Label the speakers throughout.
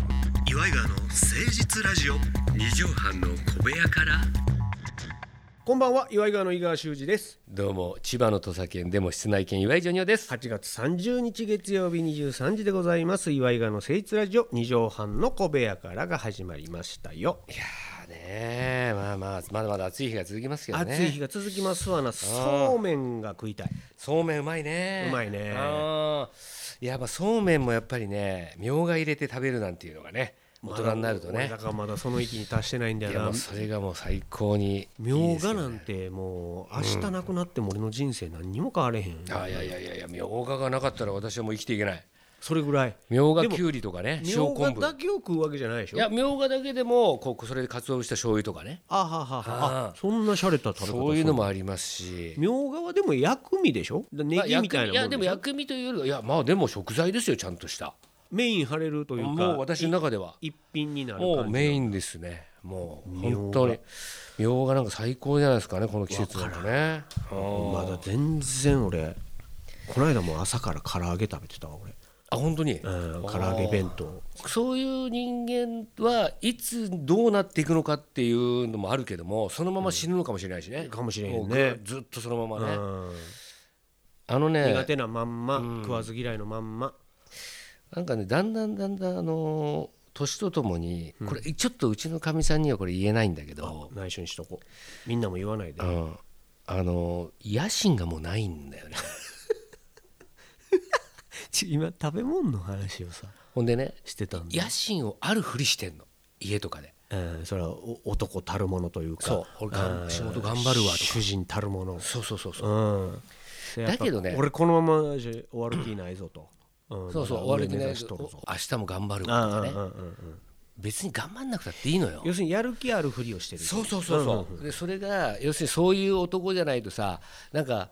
Speaker 1: イガーの誠実ラジオ
Speaker 2: 二畳半の小部屋から
Speaker 3: こんばんは岩井川の井川修司です
Speaker 2: どうも千葉の土佐県でも室内県岩井ジョニオです、
Speaker 3: 8月30日月曜日23時でございます岩井川の誠実ラジオ二畳半の小部屋からが始まりましたよ、
Speaker 2: い、やーねーまあまあまだまだ暑い日が続きますけどね
Speaker 3: 暑い日が続きますわなそうめんが食いたい
Speaker 2: そうめんうまいね
Speaker 3: うまいね
Speaker 2: あーいやまあそうめんもやっぱりねみょうが入れて食べるなんていうのがね大人になると
Speaker 3: まだ
Speaker 2: ね
Speaker 3: 俺らがまだその域に達してないんだ
Speaker 2: いやも
Speaker 3: よな
Speaker 2: うそれがもう最高に
Speaker 3: みょうが
Speaker 2: な
Speaker 3: なんてもう明日なくなっても俺の人生何にも変われへん
Speaker 2: あいやいやいやいやみょうががなかったら私はもう生きていけない
Speaker 3: それぐらい
Speaker 2: みょうが
Speaker 3: でも
Speaker 2: きゅうりとかね
Speaker 3: み
Speaker 2: 塩
Speaker 3: ょうが
Speaker 2: 昆布
Speaker 3: だけを食うわけじゃないでし
Speaker 2: い
Speaker 3: ょ
Speaker 2: やみょうがだけでもこうそれでかつお節と醤油とかね
Speaker 3: あははは
Speaker 2: あ
Speaker 3: あそんな洒落た食べ方
Speaker 2: そういうのもありますし
Speaker 3: みょうがはでも薬味でしょだネ
Speaker 2: まあ
Speaker 3: ギみたい
Speaker 2: 薬味い
Speaker 3: なも
Speaker 2: や
Speaker 3: ん
Speaker 2: で
Speaker 3: で
Speaker 2: も
Speaker 3: しょ
Speaker 2: 薬味というよりはいやまあでも食材ですよちゃんとした
Speaker 3: メイン張れるというか
Speaker 2: もう私の中ではい
Speaker 3: 一品になる
Speaker 2: もう
Speaker 3: 感じ
Speaker 2: メインですねもう本当にみょうがなんか最高じゃないですかねこの季節なんかねうん
Speaker 3: まだ全然俺この間もう朝から唐揚げ食べてたわ俺、
Speaker 2: あ本当に
Speaker 3: うん、唐揚げ弁当
Speaker 2: そういう人間はいつどうなっていくのかっていうのもあるけどもそのまま死ぬのかもしれないしね、
Speaker 3: かもしれへんね
Speaker 2: もうぐずっとそのままね、
Speaker 3: うん
Speaker 2: あの
Speaker 3: 苦
Speaker 2: ね
Speaker 3: 手なまんま、食わず嫌いのまんま
Speaker 2: なんかねだんだんだんだんあのー年とともにこれちょっとうちのかみさんにはこれ言えないんだけど、
Speaker 3: 内緒にしとこうみんなも言わないで
Speaker 2: うんあのー野心がもうないんだよ ね
Speaker 3: ち今食べ物の話をさ
Speaker 2: ほんでね
Speaker 3: してたんで、
Speaker 2: 野心をあるふりしてんの家とかで
Speaker 3: うん、それはお男たるものというか
Speaker 2: そう俺がん
Speaker 3: うん
Speaker 2: 仕事頑張るわとか
Speaker 3: 主人たるもの
Speaker 2: そうそうそうそう
Speaker 3: うん、
Speaker 2: だけどね
Speaker 3: やっぱ俺このままじゃ終わる気ないぞと、うん
Speaker 2: そうそう
Speaker 3: まだ
Speaker 2: 終わる気
Speaker 3: 上
Speaker 2: な
Speaker 3: 目
Speaker 2: い
Speaker 3: 指し
Speaker 2: け
Speaker 3: と
Speaker 2: ど
Speaker 3: るぞ
Speaker 2: 明日も頑張る
Speaker 3: うんう
Speaker 2: わとかね
Speaker 3: んうんうんうん
Speaker 2: 別に頑張んなくたっていいのよ
Speaker 3: 要するにやる気あるふりをしてる
Speaker 2: そうそうそうそう、でそれが要するにそういう男じゃないとさなんか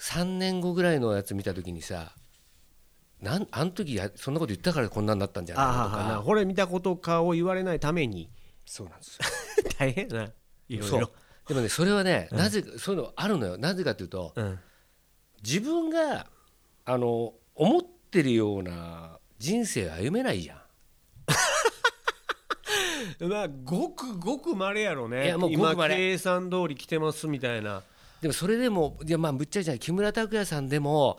Speaker 2: 3年後ぐらいのやつ見た時にさなんあの時やそんなこと言ったからこんなんなったんじゃないのと
Speaker 3: ああな
Speaker 2: か
Speaker 3: これ見たことかを言われないために
Speaker 2: そうなんです
Speaker 3: 大変やない
Speaker 2: よ
Speaker 3: ろい
Speaker 2: そう
Speaker 3: ろ
Speaker 2: でもねそれはね、なぜかそういうのあるのよなぜかというと、
Speaker 3: うん
Speaker 2: 自分があの思ってるような人生歩めないじゃん。
Speaker 3: まあごくごくまれやろね
Speaker 2: いやもうごく稀
Speaker 3: 今計算通り来てますみたいな
Speaker 2: でもそれでもいやまあぶっちゃけじゃない木村拓哉さんでも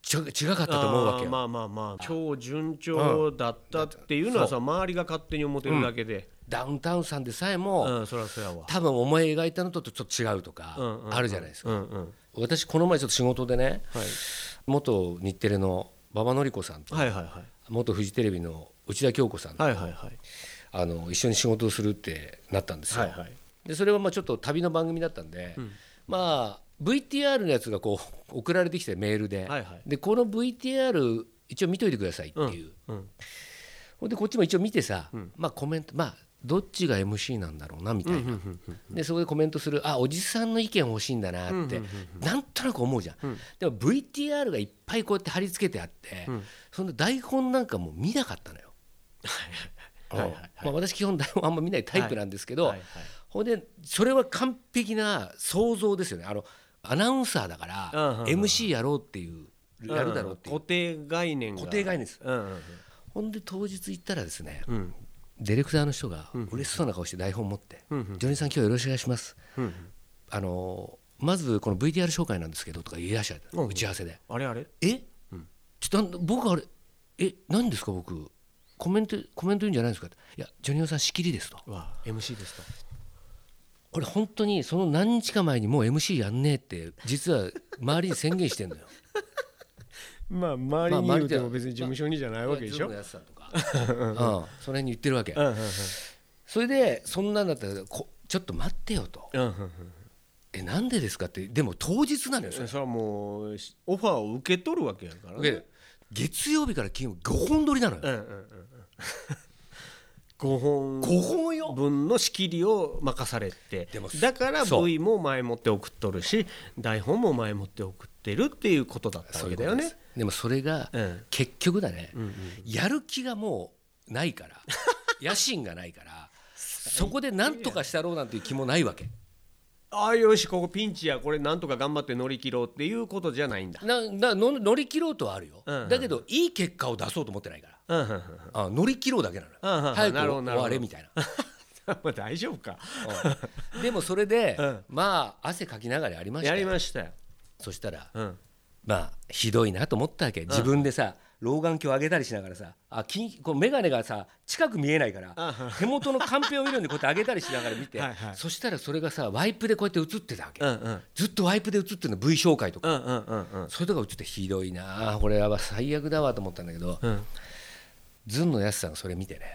Speaker 2: ちょ違かったと思うわけ
Speaker 3: あー
Speaker 2: よ。
Speaker 3: まあまあまあ超順調だったっていうのはさ、周りが勝手に思ってるだけで
Speaker 2: ダウンタウンさんでさえ
Speaker 3: う
Speaker 2: も、
Speaker 3: ん、そりゃそうやわ
Speaker 2: 多分思い描いたのとちょっと違うとか
Speaker 3: うんうん
Speaker 2: あるじゃないですか、
Speaker 3: うんうん
Speaker 2: 私この前ちょっと仕事でね
Speaker 3: はい、
Speaker 2: 元日テレの馬場典子さんと
Speaker 3: はいはいはい
Speaker 2: 元フジテレビの内田恭子さんと
Speaker 3: はいはいはい
Speaker 2: あの一緒に仕事をするってなったんですよ、
Speaker 3: はいはい
Speaker 2: でそれはまあちょっと旅の番組だったんで、まあ VTR のやつがこう送られてきてメールで、
Speaker 3: はいはい
Speaker 2: でこの VTR 一応見といてくださいっていう、
Speaker 3: うん
Speaker 2: ほんでこっちも一応見てさ、まあコメントまあどっちが MC なんだろうなみたいな、でそこでコメントするあおじさんの意見欲しいんだなって、なんとなく思うじゃん、でも VTR がいっぱいこうやって貼り付けてあって、その台本なんかもう見なかったのよ。うんまあ私基本台本あんま見ないタイプなんですけど、
Speaker 3: はいはいはい
Speaker 2: ほんでそれは完璧な想像ですよねあのアナウンサーだから
Speaker 3: うんうんうん
Speaker 2: MC やろうっていうやるだろうっていう
Speaker 3: 固定概念が
Speaker 2: 固定概念です
Speaker 3: うんうんうん
Speaker 2: ほんで当日行ったらですね、
Speaker 3: ん
Speaker 2: ディレクターの人が嬉しそうな顔して台本持って「ジョニーさん今日よろしくお願いします」あのーまずこの VTR 紹介なんですけど」とか言い出しちゃった、
Speaker 3: うんうん
Speaker 2: 打ち合わせで
Speaker 3: あれあれ
Speaker 2: 「えちょっとあん僕あれえ何ですか僕コメントコメント言うんじゃないんですか?」って「いやジョニオさん仕切りです」と
Speaker 3: は MC ですか
Speaker 2: 「俺本当にその何日か前にもう MC やんねえ」って実は周りに宣言してんのよ。
Speaker 3: まあ周
Speaker 2: りに言うても
Speaker 3: 別に事務所にじゃないわ
Speaker 2: いやズームのやつだとかうんそれに言ってるわけ。
Speaker 3: うんうん
Speaker 2: それでそんなんだったらこちょっと待ってよと
Speaker 3: うんうん
Speaker 2: 「えなんでですか?」ってでも当日なのよそ
Speaker 3: うん
Speaker 2: れ
Speaker 3: それはもうオファーを受け取るわけやからね
Speaker 2: で月曜日から金曜日5本撮りなの
Speaker 3: う
Speaker 2: よ
Speaker 3: んうんうんうん5
Speaker 2: 5本よ
Speaker 3: 本分の仕切りを任されて
Speaker 2: でも
Speaker 3: だから
Speaker 2: そう
Speaker 3: V も前もって送っとるし台本も前もって送ってるっていうことだったわけだよ
Speaker 2: そういう
Speaker 3: ね
Speaker 2: ことですでもそれが
Speaker 3: うん
Speaker 2: 結局だね、やる気がもうないから野心がないからそこで何とかしたろうなんていう気もないわけ
Speaker 3: ああよしここピンチやこれなんとか頑張って乗り切ろうっていうことじゃないんだ。
Speaker 2: ななの乗り切ろうとはあるよ、
Speaker 3: うんうん
Speaker 2: だけどいい結果を出そうと思ってないから
Speaker 3: うんうんうん
Speaker 2: あ乗り切ろうだけなのよ、
Speaker 3: うんうんうん
Speaker 2: 早
Speaker 3: なる
Speaker 2: く
Speaker 3: ほど
Speaker 2: 終
Speaker 3: なるほど
Speaker 2: われみたいな
Speaker 3: まあ大丈夫か。
Speaker 2: うんでもそれで、
Speaker 3: うん
Speaker 2: まあ汗かきながらやりまし
Speaker 3: や
Speaker 2: た
Speaker 3: り
Speaker 2: よ
Speaker 3: ましたよ。
Speaker 2: そしたら
Speaker 3: うん。
Speaker 2: まあひどいなと思ったわけ自分でさ、老眼鏡上げたりしながらさあ金こう眼鏡がさ近く見えないから、
Speaker 3: うん
Speaker 2: 手元のカンペを見るのにこうやって上げたりしながら見て
Speaker 3: はいはい
Speaker 2: そしたらそれがさワイプでこうやって映ってたわけ、
Speaker 3: うんうん
Speaker 2: ずっとワイプで映ってるの V 紹介とか、
Speaker 3: うんうんうんうん
Speaker 2: それとか映ってひどいなあこれは最悪だわと思ったんだけど、
Speaker 3: うん。
Speaker 2: ずんのやすさんがそれ見てね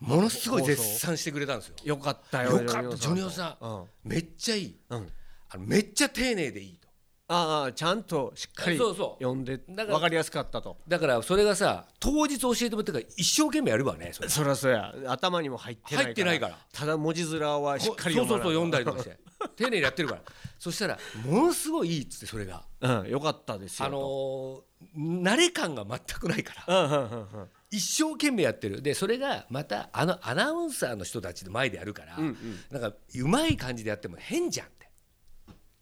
Speaker 2: ものすごい絶賛してくれたんですよ。
Speaker 3: よかったよ。
Speaker 2: よかったジョニオさ
Speaker 3: うん
Speaker 2: ん、めっちゃいい
Speaker 3: うん。
Speaker 2: あのめっちゃ丁寧でいいと
Speaker 3: ああちゃんとしっかり
Speaker 2: そうそう
Speaker 3: 読んで
Speaker 2: だから
Speaker 3: わかりやすかったと。
Speaker 2: だからそれがさ当日教えてもらってから一生懸命やるわねそれ
Speaker 3: そりゃそうや頭にも入ってないから
Speaker 2: 入ってないから
Speaker 3: ただ文字面はしっかり
Speaker 2: そうそうそう
Speaker 3: 読
Speaker 2: 読
Speaker 3: ん
Speaker 2: んだ
Speaker 3: だ
Speaker 2: りとかして丁寧にやってるからそしたらものすごいいいっつってそれが
Speaker 3: うんよかったですよ
Speaker 2: あのー慣れ感が全くないから
Speaker 3: うんうんうんうん
Speaker 2: 一生懸命やってるでそれがまたあのアナウンサーの人たちの前でやるから、なんかうまい感じでやっても変じゃんって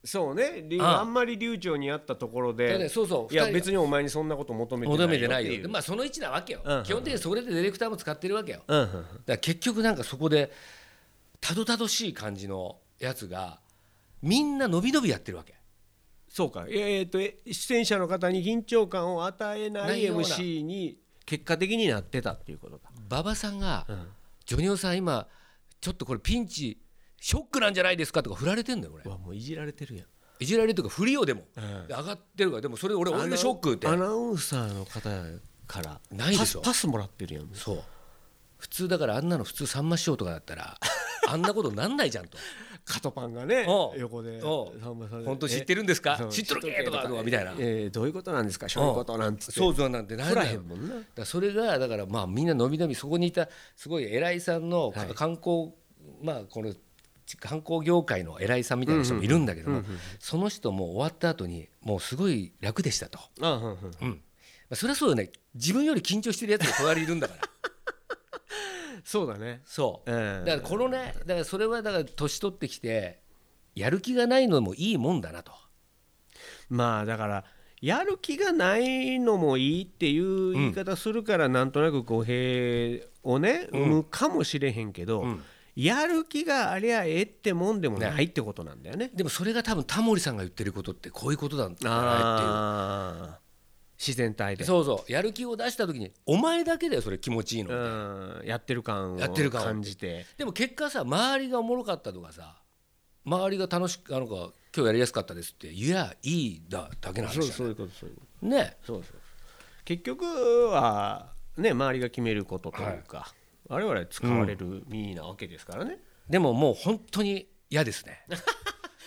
Speaker 3: そうねりゅ
Speaker 2: ああ
Speaker 3: あんまり流暢にあったところ
Speaker 2: だから
Speaker 3: で
Speaker 2: そうそう
Speaker 3: や
Speaker 2: 二人が
Speaker 3: 別にお前にそんなこと求めてない
Speaker 2: 求めてない
Speaker 3: っ
Speaker 2: よ
Speaker 3: てう
Speaker 2: でまあその位置なわけよ、
Speaker 3: うん
Speaker 2: 基本的にそれでディレクターも使ってるわけよ、だか
Speaker 3: うんうんうん
Speaker 2: ら結局なんかそこでたどたどしい感じのやつがみんなのびのびやってるわけ
Speaker 3: そうかえー、とえ出演者の方に緊張感を与えな
Speaker 2: ないいような
Speaker 3: MC に結果的になってたっていうことだ
Speaker 2: 馬場さんが、ジョニオさん今ちょっとこれピンチショックなんじゃないですかとか振られてんだよ俺
Speaker 3: うわもういじられてるやん
Speaker 2: いじられるというか振りよでも、
Speaker 3: ん
Speaker 2: 上がってるからでもそれ俺俺のショックって
Speaker 3: アナアナウンサーの方から
Speaker 2: ないでしょ
Speaker 3: パスパスもらってるやん
Speaker 2: そう普通だからあんなの普通さんま師匠とかだったらあんなことなんないじゃ んと
Speaker 3: カトパンがね
Speaker 2: おう
Speaker 3: 横で
Speaker 2: おう
Speaker 3: さんまさんで
Speaker 2: 本当知っ
Speaker 3: え
Speaker 2: てるんですか
Speaker 3: そう
Speaker 2: 知っとるけとかみたいな
Speaker 3: えーどういうことなんですかそういうことなんつって
Speaker 2: そうそうなんてなん
Speaker 3: 振ら
Speaker 2: だ
Speaker 3: へ
Speaker 2: よ
Speaker 3: んもんな
Speaker 2: だからそれがだからまあみんなのびのびそこにいたすごい偉いさんのか
Speaker 3: はい
Speaker 2: 観光、まあこの観光業界の偉いさんみたいな人もいるんだけども、その人も終わった後にもうすごい楽でしたと、
Speaker 3: あうんうん
Speaker 2: うんまあ、それはそうよね自分より緊張してるやつが隣にいるんだから
Speaker 3: そうだね
Speaker 2: そう、
Speaker 3: ええ
Speaker 2: だからこのねだからそれはだから年取ってきてやる気がないのもいいもんだなと
Speaker 3: まあだからやる気がないのもいいっていう言い方するから、なんとなく語弊をね生むかもしれへんけど、
Speaker 2: ん
Speaker 3: やる気がありゃええってもんでもないってことなんだよね。
Speaker 2: でもそれが多分タモリさんが言ってることってこういうことなんだなっていう
Speaker 3: ああ自然体で
Speaker 2: そうそうやる気を出した時にお前だけだよそれ気持ちいいの、
Speaker 3: うん、やってる感を
Speaker 2: やってる感を
Speaker 3: 感じて
Speaker 2: でも結果さ周りがおもろかったとかさ周りが楽しくあのか今日やりやすかったですっていやいいだだけの話じゃない
Speaker 3: いうことそういうこ
Speaker 2: ね
Speaker 3: とそうそう結局はね周りが決めることというか、我々使われる身なわけですからね、
Speaker 2: でももう本当に嫌です ねだか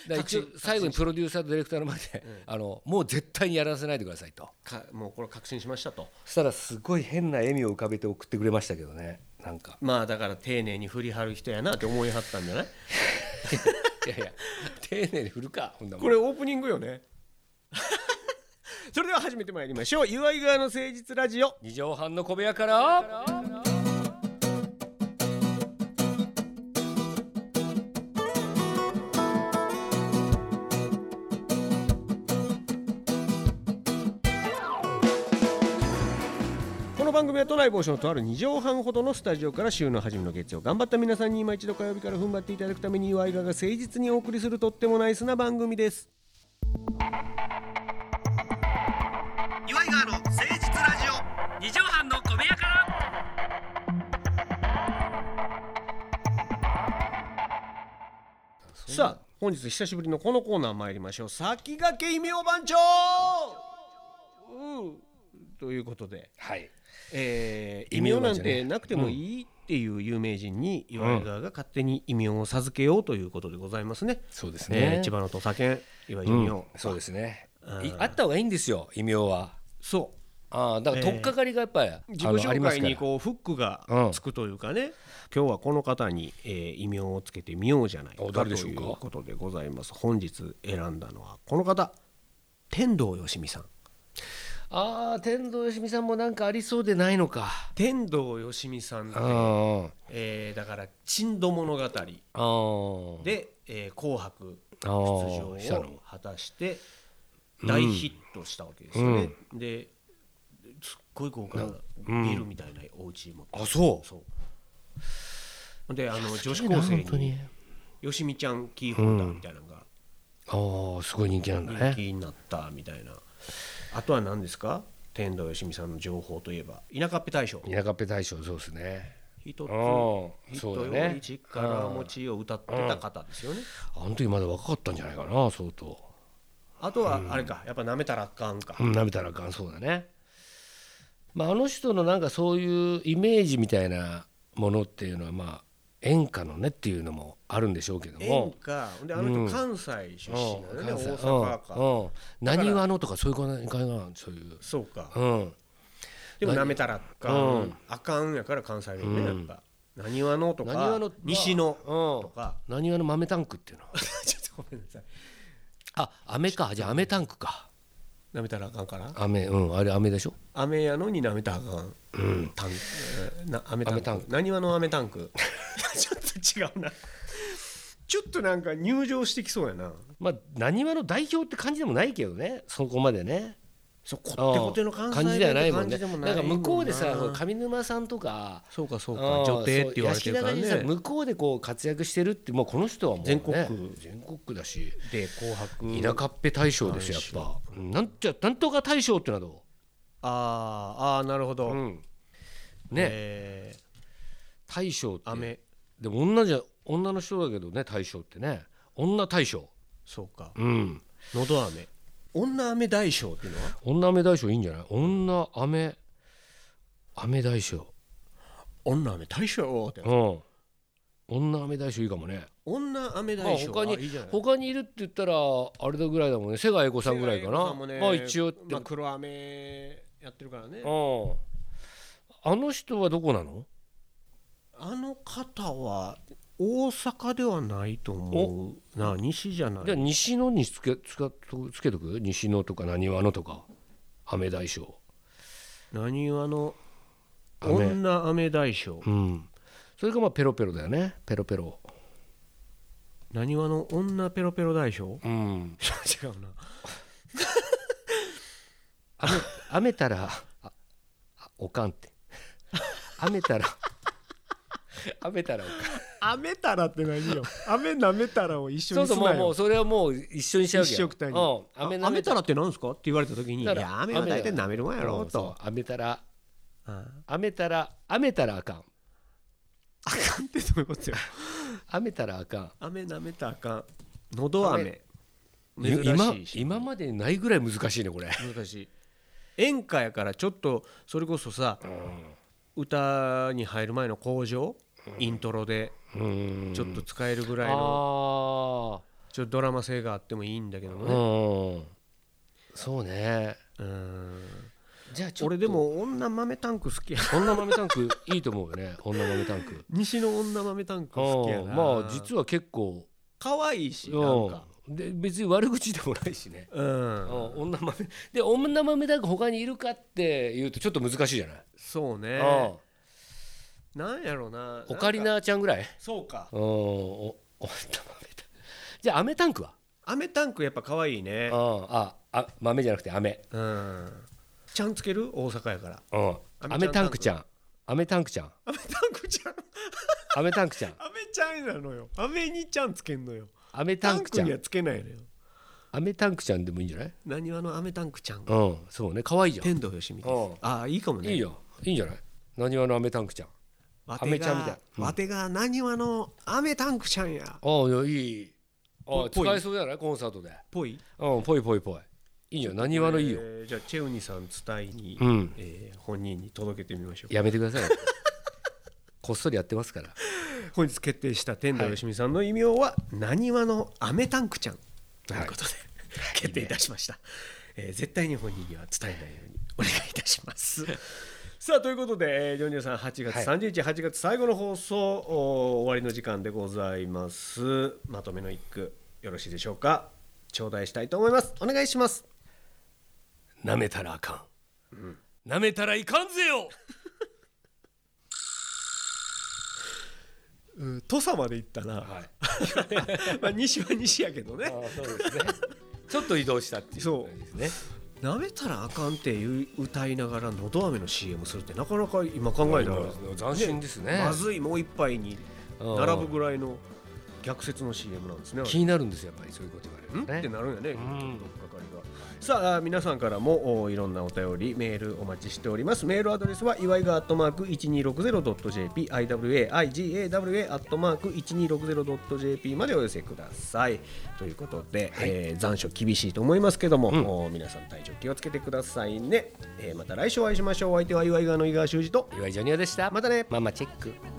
Speaker 2: ら一応最後にプロデューサーとディレクターの前で、あのもう絶対にやらせないでくださいと
Speaker 3: かもうこれ確信しましたと。
Speaker 2: そしたらすごい変な笑みを浮かべて送ってくれましたけどねなんか
Speaker 3: まあだから丁寧に振り張る人やなって思いはったんじゃない
Speaker 2: いやいや丁寧に振るかほんなもん
Speaker 3: これオープニングよね それでは始めてまいりましょう「岩井川の誠実ラジオ
Speaker 2: 2畳半の小部屋から」
Speaker 3: この番組は都内某所のとある2畳半ほどのスタジオから週の初めの月曜頑張った皆さんに今一度火曜日から踏ん張っていただくために岩井川が誠実にお送りするとってもナイスな番組です
Speaker 1: 岩井川の誠実ラジオ
Speaker 2: 二畳半の小部屋から。
Speaker 3: さあ本日久しぶりのこのコーナー参りましょう先駆け異名番長うんということで
Speaker 2: はい。
Speaker 3: えー異
Speaker 2: 異
Speaker 3: 名
Speaker 2: 名
Speaker 3: な
Speaker 2: なんん
Speaker 3: て
Speaker 2: て
Speaker 3: なくてもいいっていう有名人に岩井川が勝手に異名を授けようということでございますね。
Speaker 2: そうです
Speaker 3: えー千葉の土佐犬岩井異名、
Speaker 2: そうですね
Speaker 3: うん。
Speaker 2: いあった方がいいんですよ異名は。
Speaker 3: そう
Speaker 2: ああだから
Speaker 3: ええ
Speaker 2: 取っかかりがやっぱり、
Speaker 3: 自己
Speaker 2: あのあり
Speaker 3: 紹
Speaker 2: ます
Speaker 3: 介
Speaker 2: から
Speaker 3: にこうフックが
Speaker 2: うん
Speaker 3: つくというかね、今日はこの方に、えー異名をつけてみようじゃないか
Speaker 2: お
Speaker 3: と
Speaker 2: 誰
Speaker 3: い
Speaker 2: でしょう
Speaker 3: う
Speaker 2: か
Speaker 3: ことでございます本日選んだのはこの方天童よしみさん
Speaker 2: ああ天童よしみさんもなんかありそうでないのか
Speaker 3: 天童よしみさん
Speaker 2: あ
Speaker 3: の、
Speaker 2: ー
Speaker 3: えーだから「珍ンド物語
Speaker 2: あー
Speaker 3: で」えー紅白」
Speaker 2: あー
Speaker 3: 出場を果たして大ヒットしたわけですよね、ですっごい豪華なビルみたいなお家も、
Speaker 2: あそう
Speaker 3: そうであの女子高生
Speaker 2: 本当に
Speaker 3: に「よしみちゃんキーホルダー」みたいなのが
Speaker 2: ああすごい人気なんだ
Speaker 3: 人
Speaker 2: ね
Speaker 3: 気になったみたいな、あとは何ですか天童よしみさんの情報といえば田舎っぺ大賞
Speaker 2: 田舎っぺ大賞そうですね
Speaker 3: 一
Speaker 2: あ
Speaker 3: つ
Speaker 2: ー
Speaker 3: 人
Speaker 2: そうだ
Speaker 3: よ
Speaker 2: ね
Speaker 3: り力持ちを歌ってた方ですよね、
Speaker 2: あの時まだ若かったんじゃないかな相当
Speaker 3: あとはあれかやっぱなめたらあかんか、
Speaker 2: うん舐めたらあかんそうだねまああの人のなんかそういうイメージみたいなものっていうのはまあ演歌のねっていうのもあるんでしょうけど
Speaker 3: 演
Speaker 2: も
Speaker 3: 歌であの人関西出身なのね、大阪か、
Speaker 2: うんうん何話のとかそういう感じかなそういう
Speaker 3: そうか
Speaker 2: うん
Speaker 3: でもなめたらあかん、
Speaker 2: うん
Speaker 3: あかんやから関西弁ねやっぱなにわのと
Speaker 2: なにわ
Speaker 3: か
Speaker 2: の
Speaker 3: 西の
Speaker 2: うん
Speaker 3: とか
Speaker 2: 何話の豆タンクっていうの
Speaker 3: ちょっとごめんなさい
Speaker 2: あ飴かじゃあ飴タンクか
Speaker 3: なめたらあかんから
Speaker 2: 飴うんあれ飴でしょ
Speaker 3: 雨やのになめたらあかん、タンクな雨タン
Speaker 2: 飴タン
Speaker 3: クなにわの雨タンク ちょっと違うなちょっとなんか入場してきそうやな
Speaker 2: まあ何話の代表って感じでもないけどねそこまでね
Speaker 3: そうこって
Speaker 2: うん
Speaker 3: こての関西
Speaker 2: 感じではないもん
Speaker 3: 感
Speaker 2: ね
Speaker 3: じでも
Speaker 2: なんか向こうでさ
Speaker 3: ないもんな
Speaker 2: 上沼さんとか
Speaker 3: そうかそうか
Speaker 2: うん
Speaker 3: 女帝って言われてるから
Speaker 2: そう屋敷中にさ
Speaker 3: ね
Speaker 2: 向こうでこう活躍してるってもうこの人はもう、ね、
Speaker 3: 全国区
Speaker 2: 全国区だし
Speaker 3: で紅白
Speaker 2: 田舎っぺ大賞ですよやっぱ、うんなんじゃなんとか大賞ってなど
Speaker 3: あーあーなるほど、
Speaker 2: う、
Speaker 3: ね
Speaker 2: ん、ね、
Speaker 3: え
Speaker 2: 大賞って
Speaker 3: ー、雨
Speaker 2: でも女じゃ女の人だけどね大賞ってね女大賞
Speaker 3: そうか
Speaker 2: うん
Speaker 3: のど飴女飴大賞っていうのは
Speaker 2: 女飴大賞いいんじゃない女飴飴大賞
Speaker 3: 女飴大賞って
Speaker 2: うん女飴大賞いいかもね
Speaker 3: 女飴
Speaker 2: まあ、
Speaker 3: 大賞
Speaker 2: 他に
Speaker 3: あいいじゃない
Speaker 2: 他にいるって言ったらあれだぐらいだもんね瀬川栄子さんぐらいか
Speaker 3: 瀬
Speaker 2: な
Speaker 3: 川瑛子さんもね
Speaker 2: まあ一応って、
Speaker 3: まあ、黒飴やってるからね
Speaker 2: うんあの人はどこなの
Speaker 3: あの方は大阪ではないと思うな西じゃない
Speaker 2: じゃあ西野につけつかつけとく西野とか何話のとか雨大将
Speaker 3: 何はの
Speaker 2: 飴
Speaker 3: 女飴大賞
Speaker 2: うんそれかまあペロペロだよねペロペロ
Speaker 3: 何はの女ペロペロ大賞
Speaker 2: うん
Speaker 3: 違 うな
Speaker 2: 雨雨たらああおかんって雨たら雨たらおかん
Speaker 3: 飴たらって何よ飴舐めたらを一
Speaker 2: そうそうもうもうそれはもう一緒にしちゃうけど
Speaker 3: 一緒くたに
Speaker 2: うん、雨
Speaker 3: 飴舐めた
Speaker 2: ら
Speaker 3: らって何ですかって言われた時に「い
Speaker 2: だから
Speaker 3: や飴は大体舐めるもんやろ」
Speaker 2: そ
Speaker 3: と
Speaker 2: う雨たら
Speaker 3: 「うん
Speaker 2: 雨たら雨たらあかん
Speaker 3: あかん」ってどういうことよ
Speaker 2: 雨たらあかん
Speaker 3: 飴舐めたらあかんのど飴珍
Speaker 2: 今
Speaker 3: しいし
Speaker 2: 今までにないぐらい難しいねこれ
Speaker 3: 難しい演歌やからちょっとそれこそさ歌に入る前の工場イントロで
Speaker 2: うん
Speaker 3: ちょっと使えるぐらいの
Speaker 2: あ
Speaker 3: ちょっとドラマ性があってもいいんだけど
Speaker 2: あ
Speaker 3: もね
Speaker 2: うんそうね
Speaker 3: うん
Speaker 2: じゃあちょっと
Speaker 3: 俺でも女豆タンク好きや
Speaker 2: 女豆タンク いいと思うよね女豆タンク
Speaker 3: 西の女豆タンク好きや
Speaker 2: う
Speaker 3: なん
Speaker 2: まあ実は結構
Speaker 3: 可愛いし
Speaker 2: う
Speaker 3: なんか
Speaker 2: んで別に悪口でもないしね
Speaker 3: う
Speaker 2: うん
Speaker 3: ん
Speaker 2: 女豆で女豆タンク他にいるかっていうとちょっと難しいじゃない
Speaker 3: そうね
Speaker 2: うん
Speaker 3: なんやろな
Speaker 2: オカリ
Speaker 3: なんか
Speaker 2: ナちゃんぐらい
Speaker 3: そうか
Speaker 2: うんおお豆タンクじゃあ飴タンクは
Speaker 3: 飴タンクやっぱ可愛いね
Speaker 2: うんああ豆じゃなくて飴
Speaker 3: うんちゃんつける大阪やから
Speaker 2: うん
Speaker 3: 飴
Speaker 2: 飴
Speaker 3: タ
Speaker 2: タ
Speaker 3: ン
Speaker 2: ン
Speaker 3: ク
Speaker 2: クちゃん飴タンクちゃん
Speaker 3: 飴タンクちゃん
Speaker 2: 飴タンクちゃん
Speaker 3: アメちゃんなのよ。アメにちゃんつけんのよ。
Speaker 2: 飴タ
Speaker 3: タ
Speaker 2: ン
Speaker 3: ン
Speaker 2: クち
Speaker 3: ク
Speaker 2: ゃ
Speaker 3: には
Speaker 2: ん
Speaker 3: つけないのよ。
Speaker 2: 飴タンクちゃんでもいいんじゃない
Speaker 3: 何わのアメタンクちゃ
Speaker 2: う
Speaker 3: ん。
Speaker 2: んそうね可愛いじゃん
Speaker 3: 天童よしみです
Speaker 2: うん。
Speaker 3: ああ、いいかもね。
Speaker 2: いい。よいいんじゃないなにわの飴タンクちゃん
Speaker 3: わ
Speaker 2: ア
Speaker 3: て
Speaker 2: メちゃんみたい
Speaker 3: が、わてが何わのアメタンクちゃんや。
Speaker 2: ああいやいいああ
Speaker 3: ぽい
Speaker 2: 使えそうじゃないコンサートで
Speaker 3: ぽい。
Speaker 2: うんぽいぽいぽいいいよなにわのいいよ
Speaker 3: えー。じゃあチェウニさん伝えに
Speaker 2: うん、
Speaker 3: えー本人に届けてみましょう。
Speaker 2: やめてく ださいこっそりやってますから
Speaker 3: 本日決定した天童よしみさんの異名は何わのアメタンクちゃんと
Speaker 2: はい
Speaker 3: いうことで 決定いたしました。えー絶対に本人には伝えないようにお願いいたします。 さあということで、えー、ジョニオさん8月
Speaker 2: は
Speaker 3: 31日、8月最後の放送お終わりの時間でございますまとめの一句よろしいでしょうか頂戴したいと思いますお願いします
Speaker 2: なめたらあかんなめたらいかんぜよ
Speaker 3: うん土佐まで行ったな、
Speaker 2: はい
Speaker 3: まあ西は西やけどね
Speaker 2: そうですね ちょっと移動したっていう
Speaker 3: そう
Speaker 2: 感じですね
Speaker 3: なめたらあかんっていう歌いながらのど飴の CM するってなかなか今考えたら、
Speaker 2: 斬新ですね
Speaker 3: まずいもう一杯に
Speaker 2: うん
Speaker 3: 並ぶぐらいの逆説の CM なんですね。
Speaker 2: 気になるんですよやっぱりそういうこと言われ
Speaker 3: ん
Speaker 2: る
Speaker 3: っ
Speaker 2: とね
Speaker 3: てなるんやね、
Speaker 2: ん
Speaker 3: どっかかりが。さああー、皆さんからもおーいろんなお便り、メールお待ちしております。メールアドレスは、祝いがアットマーク 1260.jp、iwaigawa アットマーク 1260.jp までお寄せください。ということで、えー残暑厳しいと思いますけども、
Speaker 2: ん
Speaker 3: おー皆さん体調気をつけてくださいね。えーまた来週お会いしましょう。お相手は、祝いがの井川修司と、
Speaker 2: 岩井ジョニオでした
Speaker 3: またね
Speaker 2: ママチェック
Speaker 4: 「